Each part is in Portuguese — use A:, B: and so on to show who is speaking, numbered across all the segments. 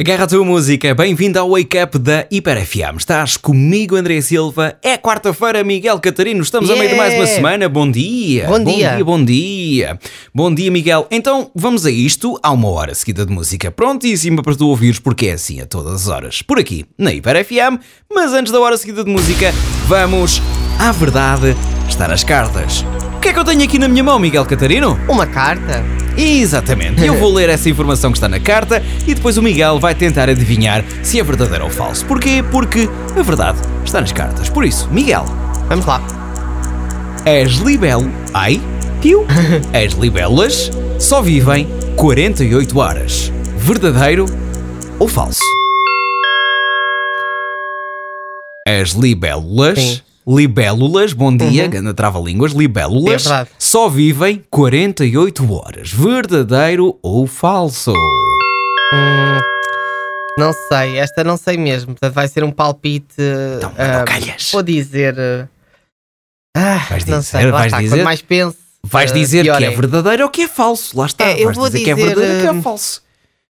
A: Agarra a tua música, bem-vindo ao Wake Up da Hiper FM. Estás comigo, André Silva. É quarta-feira, Miguel Catarino. Estamos ao meio de mais uma
B: Yeah!
A: semana. Bom dia.
B: Bom
A: Bom
B: dia.
A: dia, bom dia. Bom dia, Miguel. Então vamos a isto. Há uma hora seguida de música prontíssima para tu ouvires, porque é assim a todas as horas. Por aqui, na Hiper FM. Mas antes da hora seguida de música, vamos, à verdade, estar às cartas. O que é que eu tenho aqui na minha mão, Miguel Catarino?
B: Uma carta?
A: Exatamente. Eu vou ler essa informação que está na carta e depois o Miguel vai tentar adivinhar se é verdadeiro ou falso. Porquê? Porque a verdade está nas cartas. Por isso, Miguel,
B: Vamos lá.
A: as libelo... Ai, tio? As libelas só vivem 48 horas. Verdadeiro ou falso? As libélulas...
B: Sim. Uhum.
A: Libélulas, bom dia, ganda trava-línguas, libélulas
B: É verdade.
A: só vivem 48 horas. Verdadeiro ou falso?
B: Não sei, esta não sei mesmo. Portanto, vai ser um palpite.
A: Então,
B: ah,
A: não calhas.
B: Vou dizer. ah, Ah,
A: Vais
B: não
A: dizer,
B: sei, lá
A: vais
B: está,
A: dizer.
B: Quanto mais penso.
A: Vais
B: ah,
A: dizer
B: pior
A: que é verdadeiro ou que é falso. Lá está,
B: É, eu
A: vais
B: vou
A: dizer, que é
B: dizer,
A: verdadeiro ou que
B: hum,
A: é falso.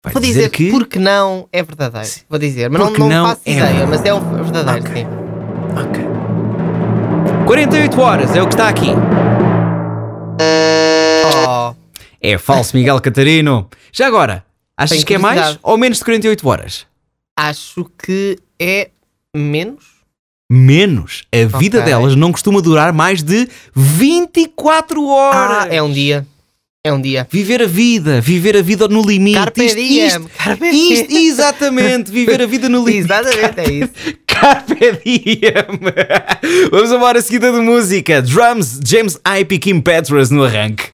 A: Vais
B: Vou dizer, porque não é verdadeiro.
A: Sim.
B: Vou dizer, mas não,
A: Porque
B: não,
A: não
B: faço
A: é
B: ideia,
A: verdadeiro.
B: mas é um verdadeiro,
A: Ok.
B: sim.
A: Ok. 48 horas é o que está aqui.
B: Oh,
A: É falso, Miguel Catarino. Já agora, achas
B: Tenho
A: que é mais
B: curiosidade.
A: ou menos de 48 horas?
B: acho que é menos.
A: Menos. A vida
B: Ok.
A: delas não costuma durar mais de 24 horas.
B: Ah, é um dia. É um dia.
A: Viver a vida, viver a vida no limite.
B: Carpe
A: Isto-
B: diem.
A: isto-
B: Carpe
A: isto-
B: diem.
A: exatamente, viver a vida no limite.
B: Exatamente, é isso.
A: Carpe diem. Vamos embora a seguida de música. Drums, James Ipe e Kim Petras no arranque.